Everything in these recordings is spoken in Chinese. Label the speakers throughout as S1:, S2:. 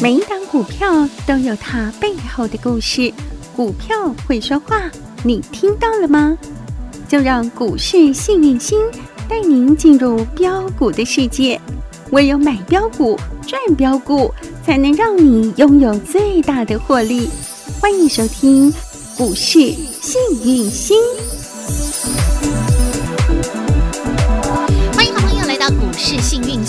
S1: 每一档股票都有它背后的故事，股票会说话，你听到了吗？就让股市幸运星带您进入标股的世界，唯有买标股、赚标股，才能让你拥有最大的获利。欢迎收听股市幸运星。
S2: 欢迎好朋友来到股市幸运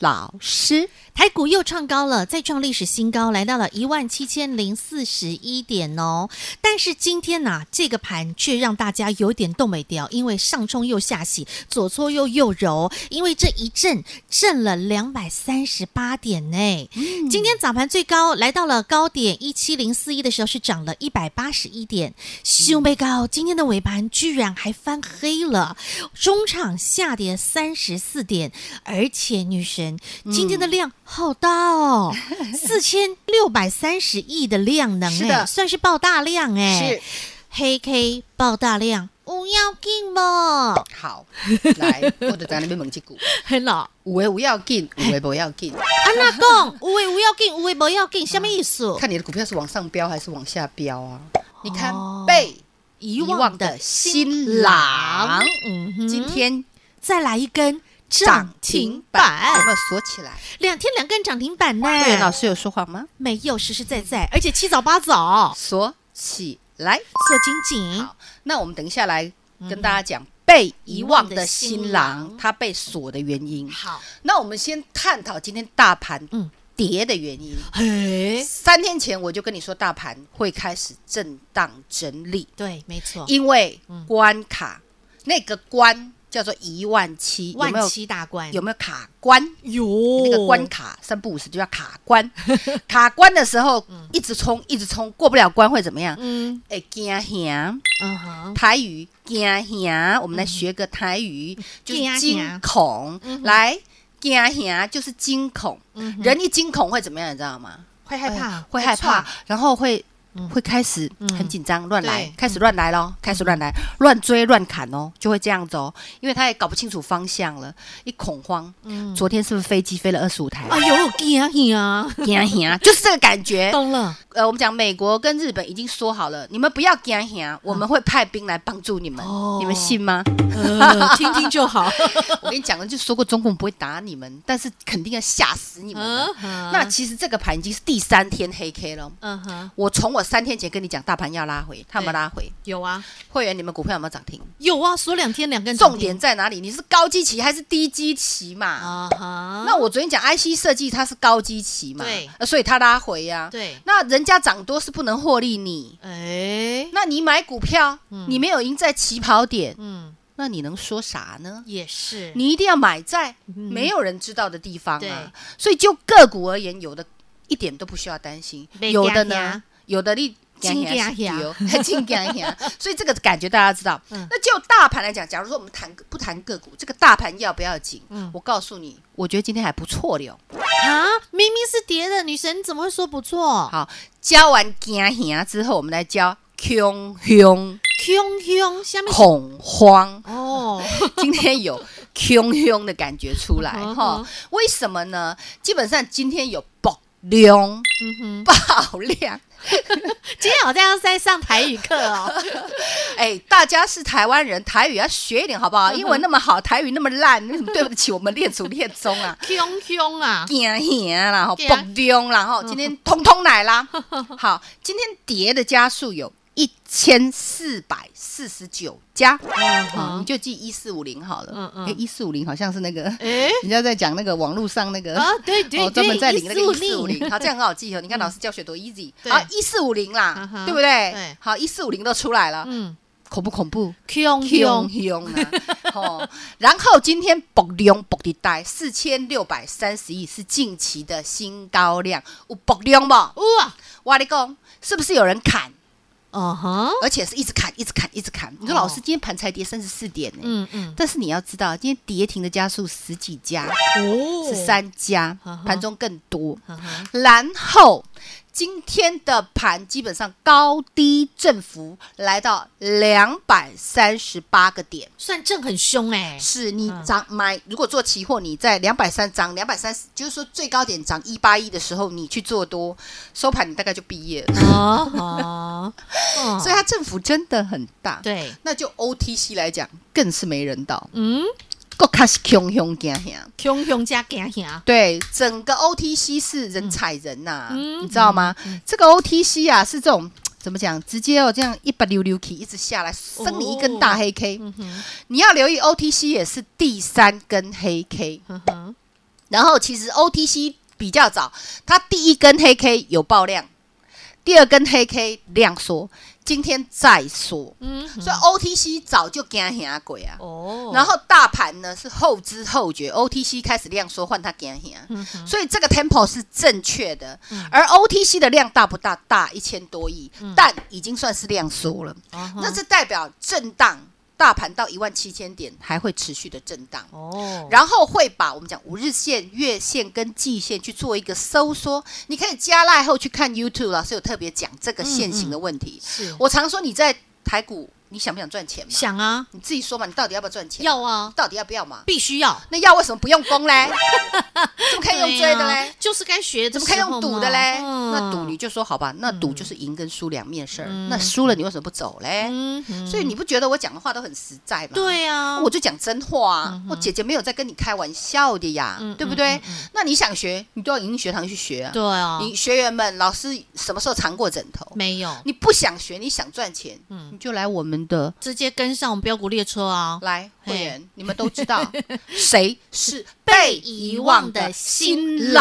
S3: 老师。
S2: 台股又创高了，再创历史新高，来到了一万七千零四十一点哦。但是今天呐、这个盘却让大家有点动没掉，因为上冲又下洗，左搓又右揉，因为这一震震了两百三十八点呢。
S3: 嗯
S2: 今天早盘最高来到了高点一七零四一的时候是涨了一百八十一点，修没高，今天的尾盘居然还翻黑了，中场下跌三十四点，而且女神
S3: 嗯
S2: 今天的量好大哦，四千六百三十亿的量能、哎，
S3: 是的
S2: 算是爆大量哎、
S3: 是
S2: 黑 K 爆大量，不要紧嘛，
S3: 好，来，我就在那边猛击 股，
S2: 很老。
S3: 五位不要进，五位不要进，
S2: 安娜讲， 有诶有要紧，有诶无要紧，什么意思？
S3: 看你的股票是往上飙还是往下飙啊？你看
S2: 哦
S3: 被
S2: 遗
S3: 遗忘的新郎，
S2: 嗯哼，
S3: 今天
S2: 再来一根涨
S3: 涨
S2: 停
S3: 停板哎有没
S2: 板，
S3: 有锁起来？
S2: 两天两根涨停板呢？
S3: 对，老师有说谎吗？
S2: 没有实实在在，而且七早八早
S3: 锁起来。
S2: 锁紧紧
S3: 好，那我们等一下来跟大家讲被遗忘的新
S2: 遗忘的新
S3: 郎
S2: 郎
S3: 他被锁的原因。
S2: 好，
S3: 那我们先探讨今天大盘
S2: 嗯
S3: 跌的原因。
S2: 嘿，
S3: 三天前我就跟你说，大盘会开始震荡整理，
S2: 对，没错，
S3: 因为
S2: 嗯
S3: 关卡那个关叫做一万七，有没
S2: 万
S3: 有？
S2: 七哦大关
S3: 有没有卡关？
S2: 有
S3: 那个关卡三不五时就叫卡 关，卡关的时候一直冲，一直冲，过不了关会怎么样？
S2: 嗯
S3: 哎，惊吓！
S2: 嗯哼，
S3: 台语惊吓，我们来学个台语，
S2: 嗯
S3: 就是
S2: 惊
S3: 惊
S2: 吓
S3: 恐。来，惊吓就是惊恐。
S2: 嗯哼
S3: 人一惊恐会怎么样？你知道吗？哎
S2: 会害怕，
S3: 会害怕
S2: 错，，
S3: 然后会
S2: 嗯
S3: 会开始很紧张，乱来
S2: 对，
S3: 开始乱来咯，开始乱来，乱追乱砍哦，就会这样子哦，因为他也搞不清楚方向了，一恐慌。
S2: 嗯，
S3: 昨天是不是飞机飞了二十五台？
S2: 哎呦，惊呀，
S3: 惊吓就是这个感觉。
S2: 懂 了，
S3: 呃，我们讲美国跟日本已经说好了，你们不要惊吓，我们会派兵来帮助你们，
S2: 哦
S3: 你们信吗？
S2: 呃听听就好，
S3: 我跟你讲了，就说过中共不会打你们，但是肯定要吓死 你们了。
S2: 嗯
S3: 那
S2: 那
S3: 其实这个盘已经是第三天黑 K 了。
S2: 嗯哼，
S3: 我从我三天前跟你讲，大盘要拉回，它有没
S2: 对
S3: 有拉回？
S2: 有啊，
S3: 会员，你们股票有没有涨停？
S2: 有啊，锁两天两根涨停，
S3: 重点在哪里？你是高基期还是低基期嘛？
S2: 啊哈，
S3: 那我昨天讲 IC 设计它是高基期嘛，
S2: 对
S3: 呃所以它拉回呀、
S2: 对，
S3: 那人家涨多是不能获利你，
S2: 哎，
S3: 那你买股票，你没有赢在起跑点，
S2: 嗯，
S3: 那你能说啥呢？
S2: 也是，
S3: 你一定要买在没有人知道的地方
S2: 嗯对
S3: 啊。所以就个股而言，有的一点都不需要担心，
S2: 被
S3: 有的
S2: 吓吓
S3: 呢，有的你。
S2: 真吓吓
S3: 金干呀！所以这个感觉大家知道。
S2: 嗯
S3: 那就大盘来讲，假如说我们谈不谈个股，这个大盘要不要紧？
S2: 嗯
S3: 我告诉你，我觉得今天还不错了。
S2: 啊，明明是跌的，女神你怎么会说不错？
S3: 好，教完惊吓之后，我们来教恐慌、
S2: 凶凶，下面
S3: 恐慌。
S2: 哦，
S3: 今天有汹汹的感觉出来
S2: 嗯
S3: 哈
S2: 哼？
S3: 为什么呢？基本上今天有爆量、
S2: 嗯哼，
S3: 爆量，
S2: 今天好像在上台语课 哦，
S3: 哎，大家是台湾人，台语要学一点好不
S2: 嗯
S3: 好？英文那么好，台语那么烂， 为什么对不起我们练祖练宗啊？
S2: 凶凶啊，
S3: 惊吓啦，吼，
S2: 惊嗯
S3: 爆量啦，吼，今天通通 来啦。好，今天跌的家数有一千四百四十九家，好，你就记一四五零好
S2: 嗯
S3: 了。
S2: 嗯
S3: 哎，一四五零好像是 那个
S2: 哎
S3: 人家在讲那个网络上那 个
S2: 啊，对对
S3: 呃哦，专
S2: 对，
S3: 门在领那个一四
S2: 1450
S3: 五零，好，这样很好记哦。你看老师教学多 easy，
S2: 嗯对
S3: 好，一四五零啦
S2: 嗯哼，
S3: 对不对？
S2: 对
S3: 好，一四五零都出来了，
S2: 嗯，
S3: 恐不恐怖？
S2: 凶
S3: 凶
S2: 凶，
S3: 凶啊！ 哦，然后今天爆量爆地带四千六百三十亿是近期的新高量，有爆量不？
S2: 哇，
S3: 哇，你讲是不是有人砍？
S2: 哦哈，
S3: 而且是一直砍，一直砍，一直砍。你说
S2: 哦
S3: 老师今天盘才跌三十四点呢，
S2: 嗯嗯，
S3: 但是你要知道，今天跌停的家数十几家，
S2: 哦
S3: 十，三家
S2: 嗯哼，
S3: 盘中更多。
S2: 嗯哼
S3: 然后今天的盘基本上高低振幅来到两百三十八个点，
S2: 算正很凶哎、
S3: 是你涨买，如果做期货，你在两百三涨两百三十，就是说最高点涨一八一的时候，你去做多，收盘你大概就毕业了。
S2: 哦 哦，哦
S3: 所以它振幅真的很大。，
S2: 对，
S3: 那就 OTC 来讲，更是没人道，
S2: 嗯，
S3: 够开始汹汹惊吓。
S2: 熊熊加惊吓，
S3: 对，整个 OTC 是人踩人呐、
S2: 嗯
S3: 你知道吗？这个 OTC 啊是这种怎么讲？直接哦，这样一百溜溜 K 一直下来，生你一根大黑 K、
S2: 嗯哼，
S3: 你要留意 OTC 也是第三根黑 K，
S2: 嗯哼，
S3: 然后其实 OTC 比较早，它第一根黑 K 有爆量，第二根黑 K 量缩，今天再缩，
S2: 嗯哼，
S3: 所以 OTC 早就惊吓鬼啊。
S2: 哦，
S3: 然后大盘呢是后知后觉，OTC 开始量缩，换它惊
S2: 嗯
S3: 吓，所以这个 tempo 是正确的。而 OTC 的量大不大？大一千多亿，
S2: 嗯
S3: 但已经算是量缩了。
S2: 啊哈
S3: 那这代表震荡，大盘到一万七千点还会持续的震荡。
S2: 哦，
S3: 然后会把我们讲五日线、月线跟季线去做一个收缩，你可以加赖后去看 YouTube，老师有特别讲这个线型
S2: 嗯
S3: 的问题。
S2: 是
S3: 我常说你在台股，你想不想赚钱嘛？
S2: 想啊，
S3: 你自己说嘛，你到底要不要赚钱？
S2: 要啊，
S3: 到底要不要嘛？
S2: 必须要，
S3: 那要为什么不用攻 嘞？怎么可以用追的
S2: 对啊
S3: 嘞？
S2: 就是该学的
S3: 怎么
S2: 时
S3: 可
S2: 候
S3: 以
S2: 嘛，
S3: 用赌的嘞？
S2: 嗯
S3: 那赌你就说好吧，那赌就是赢跟输两面事儿。
S2: 嗯
S3: 那输了你为什么不走嘞？
S2: 嗯哼，
S3: 所以你不觉得我讲的话都很实在吗？
S2: 对啊，
S3: 我就讲真话啊，我姐姐没有在跟你开玩笑的呀，
S2: 嗯
S3: 对不对？
S2: 嗯嗯
S3: 那你想学，你都要迎学堂去学啊。
S2: 对啊，嗯
S3: 你学员们，老师什么时候尝过枕头？
S2: 没有
S3: 你不想学，你想赚钱，
S2: 嗯
S3: 你就来我们的
S2: 直接跟上我们标股列车啊，
S3: 来
S2: 嘿
S3: 会员，你们都知 道谁是
S2: 被
S3: 被
S2: 遗
S3: 遗
S2: 忘
S3: 忘
S2: 的
S3: 的
S2: 新
S3: 新
S2: 郎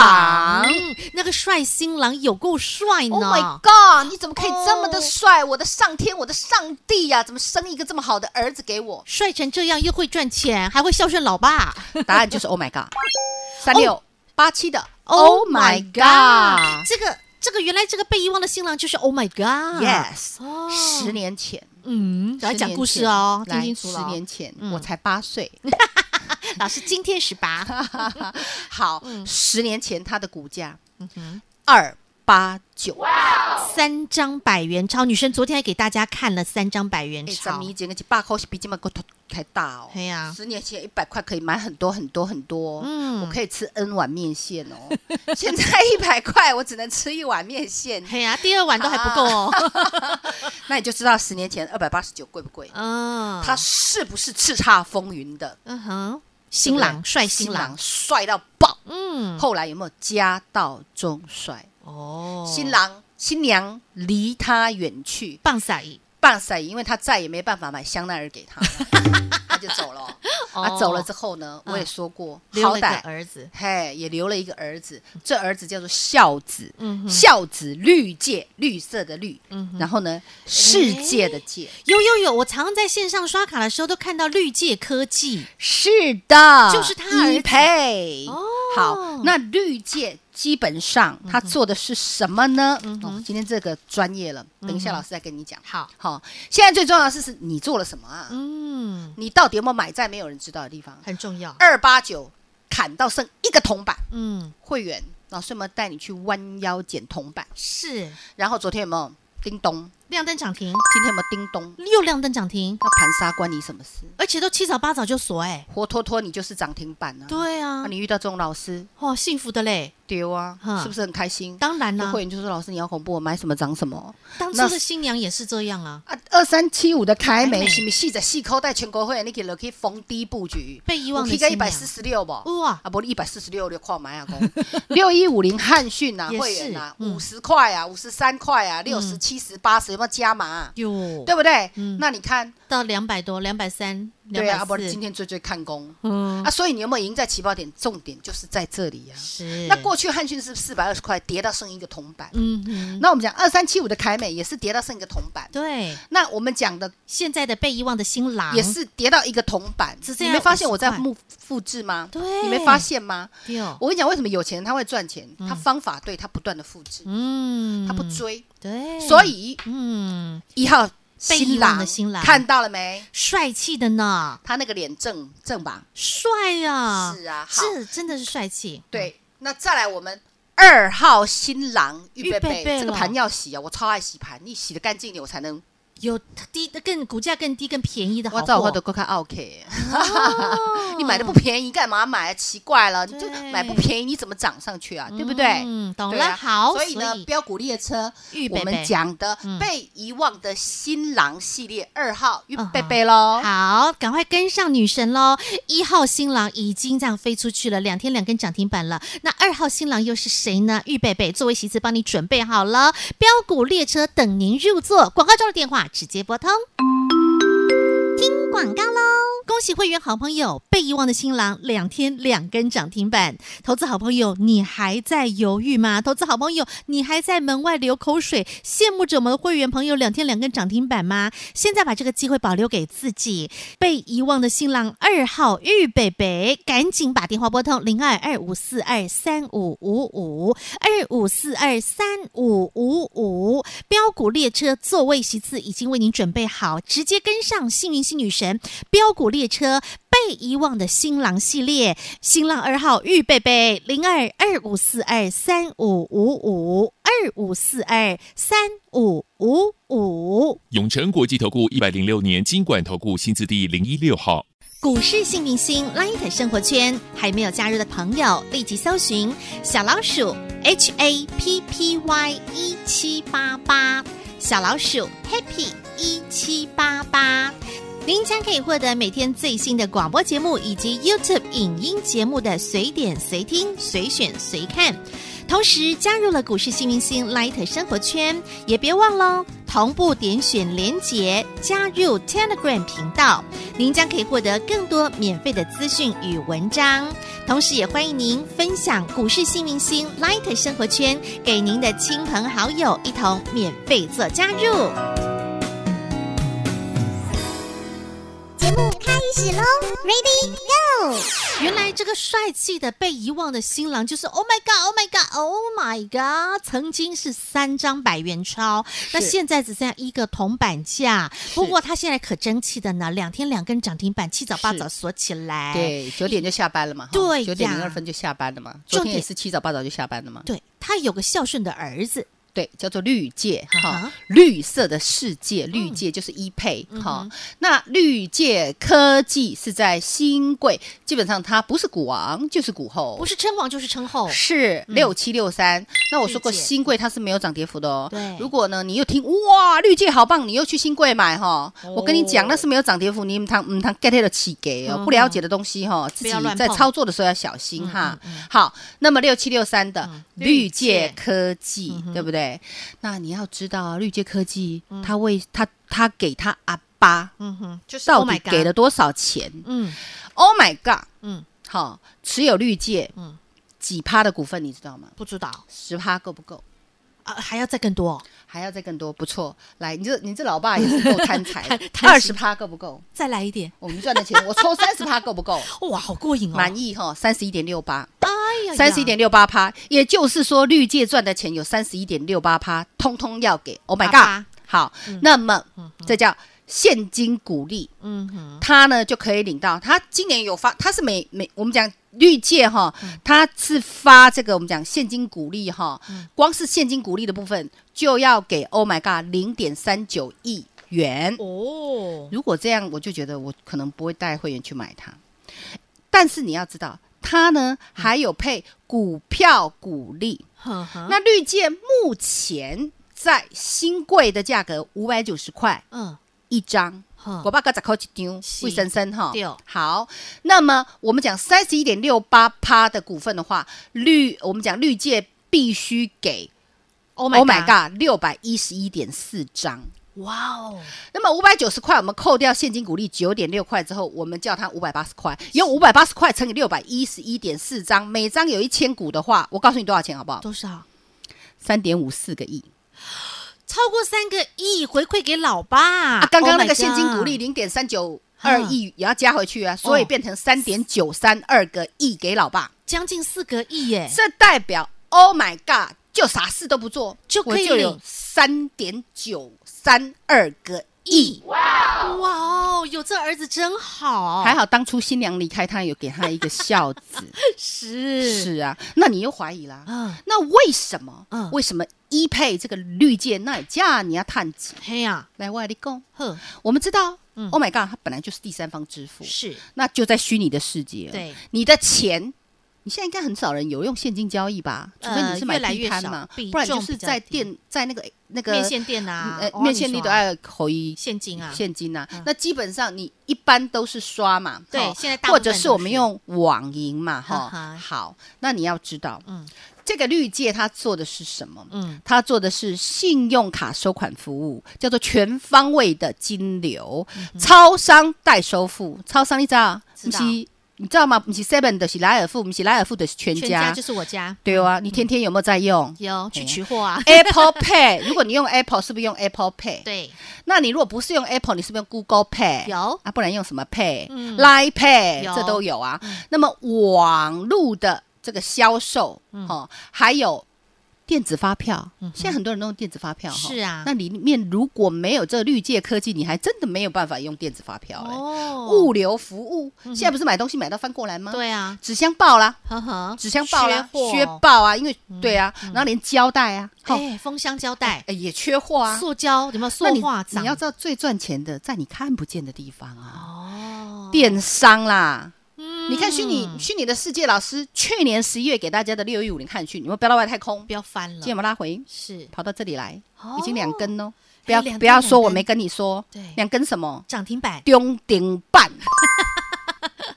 S3: 郎。
S2: 嗯那个帅新郎有够帅
S3: Oh my
S2: 呢。
S3: god！你怎么可以这么
S2: 哦
S3: 的帅？我的上天，我的上帝呀、怎么生一个这么好的儿子给我？
S2: 帅成这样，又会赚钱，还会孝顺老爸。
S3: 答案就是 Oh my god！三六八七的
S2: 哦 Oh
S3: Oh my
S2: god！
S3: god！
S2: 这个这个，原来这个被遗忘的新郎就是 Oh my God。
S3: Yes，、
S2: 哦
S3: 十年前，
S2: 嗯，来
S3: 十
S2: 讲
S3: 年
S2: 故事
S3: 前
S2: 哦，听
S3: 来
S2: 清楚了
S3: 十
S2: 哦。
S3: 年前、
S2: 嗯
S3: 我才 八岁，
S2: 老师今天十八，
S3: 好，
S2: 嗯
S3: 十年前它的股价二八九，
S2: 三张百元钞，女生昨天还给大家看了三张百元
S3: 哎，
S2: 钞
S3: 咱们。以前个一百块是比这么个还大哦。
S2: 对呀
S3: 十年前一百块可以买很多很多很多，
S2: 嗯
S3: 嗯，我可以吃 N 碗面线 哦。现在一百块我只能吃一碗 面线，
S2: 嘿呀，第二碗都还不够哦。
S3: 那你就知道十年前二百八十九贵不贵，
S2: 嗯，
S3: 它是不是叱咤风云的
S2: 嗯哼，
S3: 对
S2: 新
S3: 不对
S2: 郎帅新郎，
S3: 帅到爆，
S2: 嗯，
S3: 后来有没有家道中衰？
S2: 哦，
S3: 新郎新娘离他远去，
S2: 棒撒一，
S3: 棒塞，因为他再也没办法买香奈儿给他 了，他就走了哦。啊，走了之后呢，
S2: 嗯
S3: 我也说过，
S2: 留
S3: 好
S2: 了一个
S3: 歹
S2: 儿子，
S3: 嘿也留了一个儿子，这儿子叫做孝子，
S2: 嗯哼，
S3: 孝子绿界，绿色的绿，
S2: 嗯哼
S3: 然后呢，世界的界，
S2: 有有有，我常常在线上刷卡的时候都看到绿界科技，
S3: 是的，
S2: 就是他儿子
S3: 一配
S2: 哦嗯
S3: 好，那绿界基本上他做的是什么呢？哦，今天这个专业了，等一
S2: 嗯
S3: 下老师再跟你讲。
S2: 好，
S3: 好，现在最重要的是是你做了什么啊？
S2: 嗯，
S3: 你到底有没有买在没有人知道的地方？
S2: 很重要，
S3: 二八九砍到剩一个铜板，
S2: 嗯，
S3: 会员老师有没有带你去弯腰捡铜板？
S2: 是
S3: 然后昨天有没有叮咚？
S2: 亮灯涨停，
S3: 今天有没有叮咚？
S2: 又亮灯涨停，
S3: 那盘杀关你什么事？
S2: 而且都七早八早就锁，哎，
S3: 活脱脱你就是涨停板啊！
S2: 对啊
S3: 那，你遇到这种老师
S2: 哇，幸福的嘞，
S3: 丢啊
S2: 哈，
S3: 是不是很开心？
S2: 当然
S3: 那
S2: 啦
S3: 会，员就说：“老师，你好恐怖，我买什么涨什么
S2: 当初
S3: 那
S2: 的新娘也是这样啊，
S3: 啊！”二三七五的
S2: 凯
S3: 凯美
S2: 美
S3: 是不是细在细口袋全国会员，你给了可以逢低布局，
S2: 被遗忘的
S3: 有去到
S2: 新
S3: 一
S2: 娘
S3: 百四十六不？
S2: 哇，
S3: 啊，不，一百四十六就看买啊，公 六一五零汉讯啊，
S2: 也
S3: 会
S2: 是
S3: 员啊，
S2: 嗯
S3: 五十块啊，五十三块啊，六十、七十、八十有没有加码啊、
S2: 哟，
S3: 对不对？
S2: 嗯
S3: 那你看，
S2: 到两百多，两百三，
S3: 对啊，
S2: 两
S3: 啊不
S2: 百
S3: 然
S2: 四
S3: 今，天追追看工、
S2: 嗯，
S3: 啊，所以你有没有赢在起跑点？重点就是在这里呀、啊。
S2: 是，
S3: 那，过去汉讯是四百二十块，跌到剩一个铜板。
S2: 嗯哼，
S3: 那我们讲二三七五的凯美也是跌到剩一个铜板。
S2: 对，
S3: 那我们讲的
S2: 现在的被遗忘的新郎
S3: 也，是跌到一个铜板，
S2: 只剩
S3: 你
S2: 下
S3: 没发现我在
S2: 50块
S3: 复复制吗？
S2: 对
S3: 你没发现吗？
S2: 对哦
S3: 我跟你讲，为什么有钱人他会赚钱？他方法对，他不断的复制，
S2: 嗯，
S3: 他不追，
S2: 对，
S3: 所以
S2: 嗯，
S3: 一号
S2: 被遗
S3: 新
S2: 忘的
S3: 郎
S2: 新郎
S3: 看到了没？
S2: 帅气的呢，
S3: 他那个脸正正吧？
S2: 帅呀、
S3: 是啊好
S2: 是真的是帅气，
S3: 对，那再来我们二号新郎预备
S2: 预备
S3: 备
S2: 备，
S3: 这个
S2: 了
S3: 盘要洗啊，我超爱洗盘，你洗的干净一点，我才能。
S2: 有低更股价更低、更便宜的好
S3: 我
S2: 货。
S3: 早我都够看 OK，你买的不便宜，干嘛买啊？奇怪了，你就
S2: 对
S3: 买不便宜，你怎么涨上去啊？对不对？
S2: 嗯，懂
S3: 对
S2: 了，
S3: 啊
S2: 好，
S3: 所以呢，标股列车，
S2: 预备
S3: 我
S2: 备
S3: 们讲的
S2: 嗯
S3: 被遗忘的新郎系列二号预
S2: 嗯哼
S3: 备备喽。
S2: 好，赶快跟上女神喽！一号新郎已经这样飞出去了，两天两根涨停板了。那二号新郎又是谁呢？预备备，作为席次帮你准备好了，标股列车等您入座。广告中的电话直接拨通。听广告喽！恭喜会员好朋友被遗忘的新郎两天两根涨停板，投资好朋友你还在犹豫吗？投资好朋友你还在门外流口水，羡慕着我们的会员朋友两天两根涨停板吗？现在把这个机会保留给自己，被遗忘的新郎二号玉北北，赶紧把电话拨通零二二五四二三五五五二五四二三五五五，标股列车座位席次已经为您准备好，直接跟上幸运星女神标股列车。被遗忘的新郎系列，新浪二号玉贝贝零二二五四二三五五五二五四二三五五五。
S4: 永诚国际投顾一百零六年金管投顾新字第零一六号。
S2: 股市幸明星 Light 生活圈还没有加入的朋友，立即搜寻小老鼠 HAPPY 一七八八，小老鼠 Happy 一七八八。您将可以获得每天最新的广播节目以及 YouTube 影音节目的随点随听、随选随看。同时加入了股市新明星 Light 生活圈，也别忘了哦同步点选连结加入 Telegram 频道，您将可以获得更多免费的资讯与文章。同时，也欢迎您分享股市新明星 Light 生活圈给您的亲朋好友，一同免费做加入。原来这个帅气的被遗忘的新郎就是 Oh my God, Oh my God, Oh my God，曾经是三张百元钞，那现在只剩下一个铜板价。不过他现在可争气的呢，两天两根涨停板，七早八早锁起来。。
S3: 对，九点就下班了嘛，哈
S2: 对
S3: 九点
S2: 呀
S3: 零二分就下班了嘛，
S2: 重
S3: 昨天也
S2: 点
S3: 是七早八早就下班了嘛，
S2: 对他有个孝顺的儿子，
S3: 对，叫做绿界
S2: 啊
S3: 哈
S2: 哈，
S3: 绿色的世界，绿界就是一配哈。嗯那绿界科技是在新贵，基本上它不是股王就是股后，
S2: 不是称王就是称后，
S3: 是六七六三。那我说
S2: 哦
S3: 过
S2: 嗯绿界
S3: 新贵它是没有涨跌幅的哦。
S2: 对
S3: 如果呢你又听哇绿界好棒，你又去新贵买哈，
S2: 哦
S3: 我跟你讲那是没有涨跌幅，你唔谈唔谈 get 的起给哦
S2: 嗯，
S3: 不了解的东西哈，自己
S2: 要乱
S3: 在
S2: 碰
S3: 操作的时候要小心哈
S2: 嗯嗯嗯。
S3: 好，那么六七六三的
S2: 绿
S3: 绿
S2: 界
S3: 界科技
S2: 嗯哼，
S3: 对不对？那你要知道啊绿界科技，他为他他给他阿爸
S2: 嗯哼，就是
S3: 到
S2: Oh my
S3: 底
S2: God，
S3: 给了多少钱
S2: 嗯
S3: ？Oh my god！
S2: 嗯，
S3: 好，持有绿界，
S2: 嗯
S3: 几趴的股份你知道吗？
S2: 不知道
S3: 十趴够不够？
S2: 啊，还要再更多哦，
S3: 还要再更多，不错。来，你这你这老爸也是够贪财
S2: 贪，贪
S3: 二
S2: 心
S3: 十趴够不够？
S2: 再来一点，
S3: 我们赚的钱，我抽三十趴够不够？
S2: 哇， 好过瘾哦，
S3: 满意哈，三十一点六八，
S2: 哎呀，
S3: 三十一点六八趴，也就是说绿界赚的钱有三十一点六八趴，通通要给。Oh my
S2: 好吧
S3: god！好，那么这叫现金股利，
S2: 嗯哼，
S3: 他呢就可以领到。他今年有发，他是每每我们讲绿界哈，
S2: 嗯
S3: 他是发这个我们讲现金股利哈，
S2: 嗯
S3: 光是现金股利的部分就要给 Oh my God 零点三九亿元。
S2: 哦，
S3: 如果这样，我就觉得我可能不会带会员去买它。但是你要知道，它呢还有配股票股利。
S2: 呵呵，
S3: 那绿界目前在新贵的价格五百九十块
S2: 嗯，
S3: 一张。
S2: 呵
S3: 我爸刚才考一张
S2: 啊是
S3: 魏生生哈
S2: 对，
S3: 好，那么我们讲三十一点六八趴的股份的话，绿我们讲绿界必须给
S2: Oh
S3: ，Oh my God，六百一十一点四张。
S2: 哇哦，
S3: 那么五百九十块，我们扣掉现金股利九点六块之后，我们叫它五百八十块，用五百八十块乘以六百一十一点四张，每张有一千股的话，我告诉你多少钱好不好？
S2: 多少？
S3: 三点五四个亿
S2: 超过三个亿回馈给老爸。
S3: 啊！刚刚
S2: Oh
S3: 那
S2: my
S3: 个现金
S2: God
S3: 股利零点三九
S2: 啊
S3: 二亿也要加回去啊，所以
S2: 哦
S3: 变成三点九三二个亿给老爸。
S2: 将近四个亿耶，
S3: 这代表 Oh my God，就啥事都不做，
S2: 就可以
S3: 我就
S2: 领
S3: 有三点九三二个
S2: 亿。哇哦，有这儿子真好，
S3: 还好当初新娘离开他，有给他一个孝 子。
S2: 是
S3: 是啊，那你又怀疑啦？
S2: 啊，
S3: 那为什么？
S2: 嗯
S3: 为什么一配这个绿界那价你要探几？
S2: 嘿呀，
S3: 来，我来你讲，
S2: 呵，
S3: 我们知道、
S2: 嗯
S3: o h my God，它本来就是第三方支付，
S2: 是
S3: 那就在虚拟的世界。
S2: 对，
S3: 你的钱，你现在应该很少人有用现金交易吧？除
S2: 呃
S3: 非你是买
S2: 越来
S3: 地
S2: 越
S3: 摊
S2: 少
S3: 嘛，
S2: 比
S3: 不然你就
S2: 重
S3: 是
S2: 比较
S3: 在
S2: 低
S3: 店在那个那个
S2: 面线店啊，
S3: 呃
S2: 哦
S3: 面线你都，
S2: 你说啊
S3: 要口一
S2: 现金啊，
S3: 现金呐、
S2: 嗯
S3: 那基本上你一般都是刷嘛，
S2: 对
S3: 齁
S2: 现在大部
S3: 或
S2: 分
S3: 者是我们用网银嘛，
S2: 哈
S3: 哈、
S2: 哈
S3: 好，那你要知道，
S2: 嗯
S3: 嗯，这个绿界它做的是什么？
S2: 嗯，
S3: 它做的是信用卡收款服务，叫做全方位的金流，超商代收付。超商你知道？
S2: 嗯知道
S3: 不是你知道吗？不是 Seven 的，是莱尔富，不是莱尔富的是全
S2: 全
S3: 家。
S2: 家就是嗯我家，
S3: 对啊，你天天有没有 在用？
S2: 有去
S3: 嘿
S2: 取货 啊，
S3: Apple Pay，如果你用 Apple，是不是用 Apple Pay？
S2: 对，
S3: 那你如果不是用 Apple，你是不是用 Google Pay？
S2: 有
S3: 啊，不然用什么 Pay、
S2: 嗯
S3: Line Pay
S2: 有嗯
S3: 这都有啊。那么网络的这个销售，
S2: 嗯
S3: 哦，还有电子发票，现在很多人都用电子发票，哈
S2: 是啊
S3: 那里面如果没有这个绿界科技，你还真的没有办法用电子发票嘞。
S2: 哦嗯
S3: 物流服务现在不是买东西买到翻过来吗？，
S2: 对啊，
S3: 纸箱爆啦，
S2: 呵呵，
S3: 纸箱爆啦，
S2: 缺
S3: 缺
S2: 货，
S3: 爆啊，因为对啊，然后连胶带啊，哈，
S2: 嗯哎，封箱胶带、
S3: 哎也缺货啊。
S2: 塑胶有没有塑
S3: 那你
S2: 化涨？
S3: 你要知道最赚钱的在你看不见的地方啊，
S2: 哦，
S3: 电商啦。你看虚拟
S2: 嗯
S3: 虚拟的世界，老师去年十一月给大家的六一五零看训，你们不要到外太空，
S2: 不要翻了
S3: 今天，我们拉回，
S2: 是
S3: 跑到这里来，
S2: 哦哎
S3: 已经两根哦，不要
S2: 两根
S3: 不要说
S2: 两根
S3: 我没跟你说
S2: 对，
S3: 两根什么
S2: 涨停板，
S3: 中顶 半，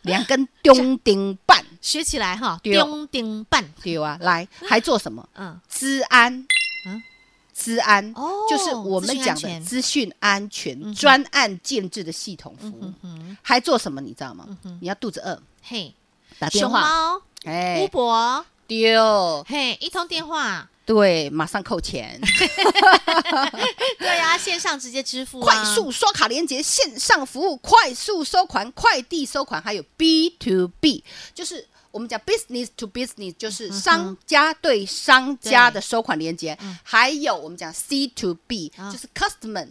S3: 两根中顶半，
S2: 学起来哈，
S3: 对哦
S2: 叮叮半，
S3: 对啊，来还做什么？
S2: 嗯，
S3: 治安
S2: 嗯，
S3: 治安
S2: 哦
S3: 就是我们讲
S2: 资讯安
S3: 的
S2: 全
S3: 啊资讯安全嗯专案建制的系统服务，还做什么？你知道吗？你要肚子饿
S2: 嘿，
S3: 打电
S2: 熊
S3: 话，
S2: 猫、
S3: 哎
S2: 乌，博，
S3: 丢，
S2: 嘿，一通电话，
S3: 对，马上扣钱，
S2: 对啊，线上直接支付啊，
S3: 快速刷卡连接线上服务，快速收款，快递收款，还有 B to B，就是。我们讲 business to business 就是商家对商家的收款连接，还有我们讲 C to B
S2: 嗯啊
S3: 就是 customer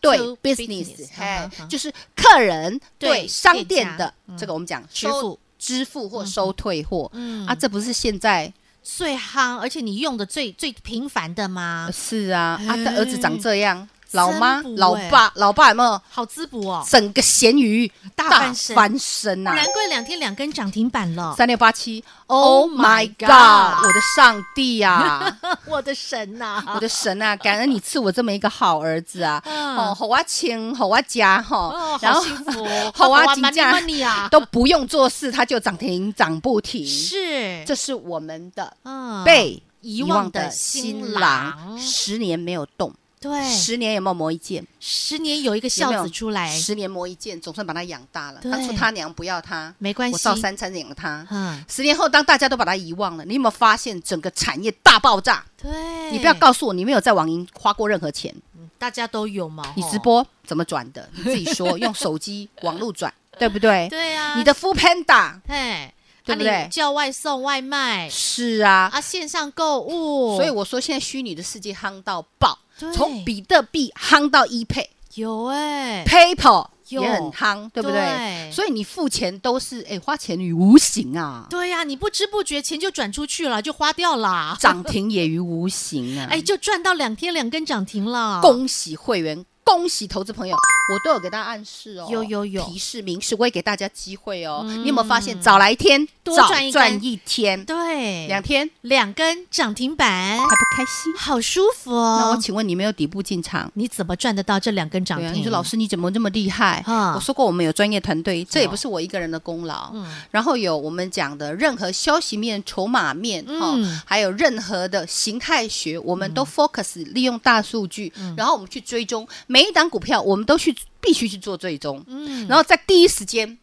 S3: 对
S2: To business，
S3: business，
S2: 啊
S3: 哎
S2: 哈啊哈，
S3: 就是客人
S2: 对
S3: 对商
S2: 店
S3: 店
S2: 家嗯
S3: 的这个我们讲
S2: 支
S3: 收
S2: 付
S3: 支付或收退货
S2: 嗯
S3: 啊，这不是现在
S2: 最夯，而且你用的最最频繁的嘛，
S3: 是啊啊，他
S2: 哎
S3: 儿子长这样，老妈
S2: 真不
S3: 老
S2: 哎
S3: 爸老爸有没有
S2: 好滋补哦，
S3: 整个咸鱼
S2: 大翻身
S3: 翻身呐、
S2: 难怪两天两根涨停板了，
S3: 三六八七
S2: Oh
S3: ，Oh
S2: my
S3: my
S2: God
S3: God！我的上帝 呀、
S2: 我的神呐、
S3: 我的神啊！感恩你赐我这么一个好儿子啊！
S2: 嗯
S3: 哦，好啊，亲，好啊，家
S2: 哦
S3: 哈，
S2: 好幸福 哦
S3: 好
S2: 好啊
S3: 啊，金
S2: 蛮你啊
S3: 价 都不用做事，它就涨停涨不 停。
S2: 是，
S3: 这是我们的
S2: 嗯
S3: 被
S2: 遗忘的新郎
S3: 十年没有动，
S2: 对
S3: 十年有没有磨一剑？
S2: 十年有一个
S3: 有没
S2: 孝
S3: 有
S2: 子出来，
S3: 十年磨一剑，总算把他养大了。
S2: 对
S3: 当初他娘不要他，
S2: 没关系
S3: 我照三餐养他。
S2: 嗯，
S3: 十年后，当大家都把他遗忘了，你有没有发现整个产业大爆炸？
S2: 对，
S3: 你不要告诉我你没有在网银花过任何钱，
S2: 大家都有嘛，
S3: 你
S2: 吼
S3: 直播怎么转的？你自己说，用手机网路转，对不对？
S2: 对啊，
S3: 你的 f o o Panda
S2: 嘿，
S3: 对不对
S2: 啊你叫外送外卖
S3: 是啊，
S2: 啊，线上购物，
S3: 所以我说现在虚拟的世界夯到爆
S2: 哦对，
S3: 从比特币夯到 ePay、
S2: 有 哎、
S3: PayPal
S2: 有
S3: 也很夯，对不
S2: 对
S3: 对？所以你付钱都是哎花钱于无形 啊，
S2: 对呀、你不知不觉钱就转出去了，就花掉了，
S3: 涨停也于无形啊，
S2: 哎，就赚到两天两根涨停了，
S3: 恭喜会员，恭喜投资朋友，我都有给大家暗示哦，
S2: 有有有嗯
S3: 提示明示，我也给大家机会哦。你有没有发现，早来一天，
S2: 多
S3: 早
S2: 赚一根
S3: 赚一天，
S2: 对，
S3: 两天
S2: 两根涨停板，
S3: 还不开心？
S2: 好舒服
S3: 那我
S2: 哦。
S3: 请问你没有底部进场？
S2: 你怎么赚得到这两根涨
S3: 对啊，
S2: 停？
S3: 你说老师你怎么这么厉害？
S2: 啊哦嗯
S3: 我说过我们有专业团队，这也不是我一个人的功劳。然后有我们讲的任何消息面、筹码面，哈、
S2: 嗯
S3: 还有任何的形态学，我们都 focus 利用大数据，
S2: 嗯
S3: 然后我们去追踪每一档股票，我们都去必须去做追踪，
S2: 嗯
S3: 然后在第一时间。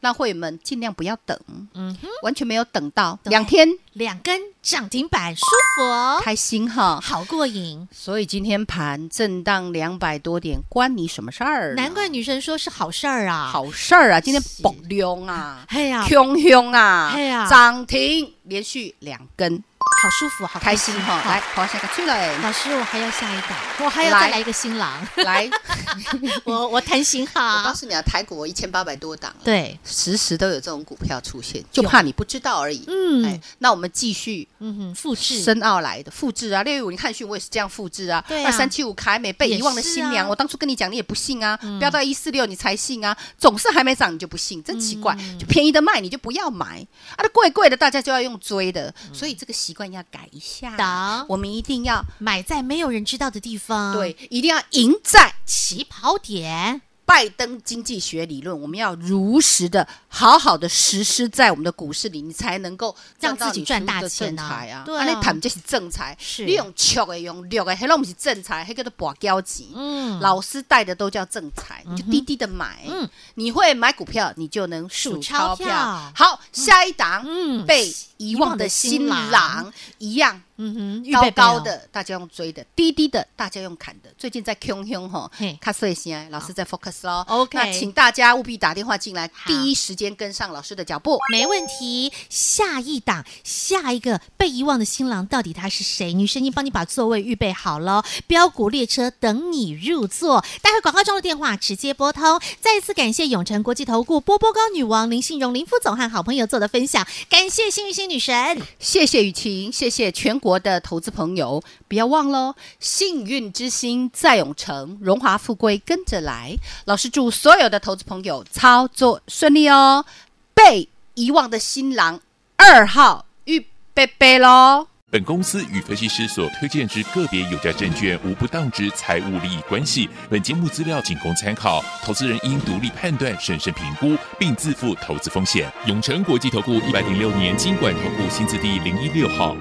S3: 让会员们尽量不要等，
S2: 嗯
S3: 完全没有等到
S2: 对
S3: 两天，
S2: 两根涨停板，舒服哦，
S3: 开心哈。
S2: 好过瘾。
S3: 所以今天盘震荡两百多点，关你什么事儿呢？啊
S2: 难怪女神说是好事儿啊。，
S3: 好事儿啊！今天爆量啊，
S2: 哎呀，
S3: 汹汹啊
S2: 嘿呀，
S3: 涨停连续两根，
S2: 好舒服，啊好
S3: 开心哈、哦！来，黄先生去了哎，
S2: 老师，我还要下一档，我还要再来一个新 郎，
S3: 来，
S2: 我我贪心
S3: 我告
S2: 哈，
S3: 诉你啊，台股一千八百多档了，
S2: 对，
S3: 时时都有这种股票出现，就怕你不知道而已。
S2: 哎嗯
S3: 哎，那我们继续
S2: 嗯哼，复制，
S3: 深奥来的复制啊，六一五你看讯我也是这样复制啊。
S2: 对啊
S3: 那三七五凯美被遗忘的新
S2: 也
S3: 娘，
S2: 是啊嗯
S3: 我当初跟你讲你也不信啊，飙到一四六你才信啊，总是还没涨你就不信，真奇怪。
S2: 嗯
S3: 就便宜的卖你就不要买啊，那贵贵的大家就要用追的，所以这个习惯要改一下
S2: 嗯懂。
S3: 我们一定要
S2: 买在没有人知道的地方，，
S3: 对，一定要赢在
S2: 起跑点，
S3: 拜登经济学理论，我们要如实的、好好的实施在我们的股市里，你才能够
S2: 让自
S3: 到
S2: 己
S3: 你
S2: 赚
S3: 输
S2: 大
S3: 的
S2: 钱
S3: 正
S2: 啊
S3: 财啊！
S2: 对
S3: 那
S2: 啊
S3: 谈这是正财，
S2: 是
S3: 你用笑的、用绿的，迄拢不是正财，迄叫做跋筊钱。
S2: 嗯，
S3: 老师带的都叫正财，你就低低的买。
S2: 嗯
S3: 你会买股票，你就能
S2: 数
S3: 数
S2: 钞
S3: 钞
S2: 票
S3: 票。好，下一档，
S2: 嗯
S3: 被遗忘的
S2: 遗
S3: 新
S2: 忘的新郎
S3: 郎一样。
S2: 嗯哼，预备
S3: 高
S2: 备哦
S3: 高，的大家用追的，低低的大家用砍的。最近在 Q Q 吼
S2: 嘿，哦
S3: 卡碎心，老师在 focus 咯。
S2: OK
S3: 那请大家务必打电话进来，第一时间跟上老师的脚步。
S2: 没问题。下一档，下一个被遗忘的新郎到底他是谁？女神已经帮你把座位预备好了，标股列车等你入座。待会广告中的电话直接拨通。再一次感谢永诚国际投顾波波高女王林信荣林副总和好朋友做的分享，感谢幸运星女神。
S3: 谢谢雨晴，谢谢全国的投资朋友，不要忘喽！幸运之星在永城，荣华富贵跟着来。老师祝所有的投资朋友操作顺利哦！被遗忘的新郎二号预备备喽！
S4: 本公司与分析师所推荐之个别有价证券无不当之财务利益关系。本节目资料仅供参考，投资人应独立判断、审慎评估，并自负投资风险。永诚国际投顾一百零六年经管投顾新字第零一六号。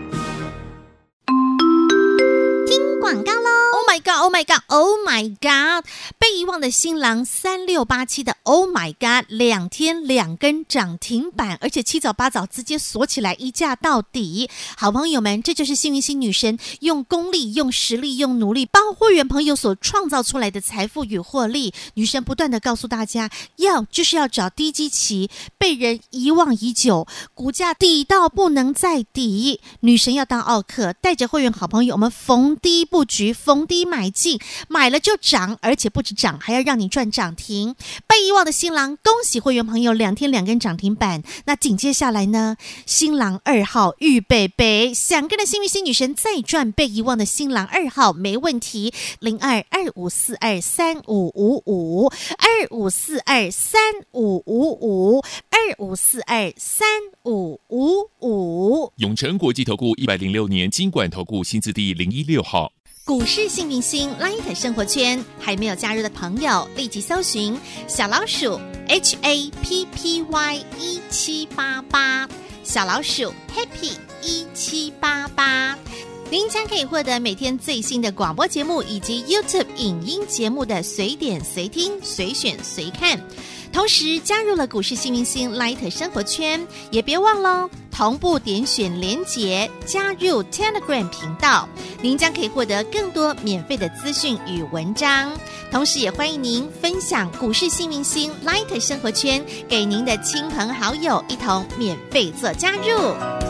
S2: 广告喽！Oh my god！Oh my god！Oh my god！被遗忘的新郎三六八七的 Oh my god！两天两根涨停板，而且七早八早直接锁起来，一价到底。好朋友们，这就是幸运星女神用功力、用实力、用努力帮会员朋友所创造出来的财富与获利。女神不断的告诉大家，要就是要找低基期、被人遗忘已久、股价低到不能再低，女神要当奥克，带着会员好朋友，我们逢低布局，逢低买进，买了就涨，而且不止涨，还要让你赚涨停。被遗忘的新郎，恭喜会员朋友两天两根涨停板。那紧接下来呢，新郎二号预备备，想跟着幸运星女神再赚被遗忘的新郎二号没问题，零二二五四二三五五五二五四二三五五五二五四二三五五五。
S4: 永诚国际投顾一百零六年经管投顾新字第零一六号。
S2: 股市幸运星 Light 生活圈还没有加入的朋友，立即搜寻小老鼠 HAPPY 一七八八，小老鼠 Happy 一七八八。您将可以获得每天最新的广播节目以及 YouTube 影音节目的随点随听、随选随看。同时加入了股市幸运星 Light 生活圈，也别忘了哦同步点选连结加入 Telegram 频道，您将可以获得更多免费的资讯与文章。同时，也欢迎您分享股市幸运星 Light 生活圈给您的亲朋好友，一同免费做加入。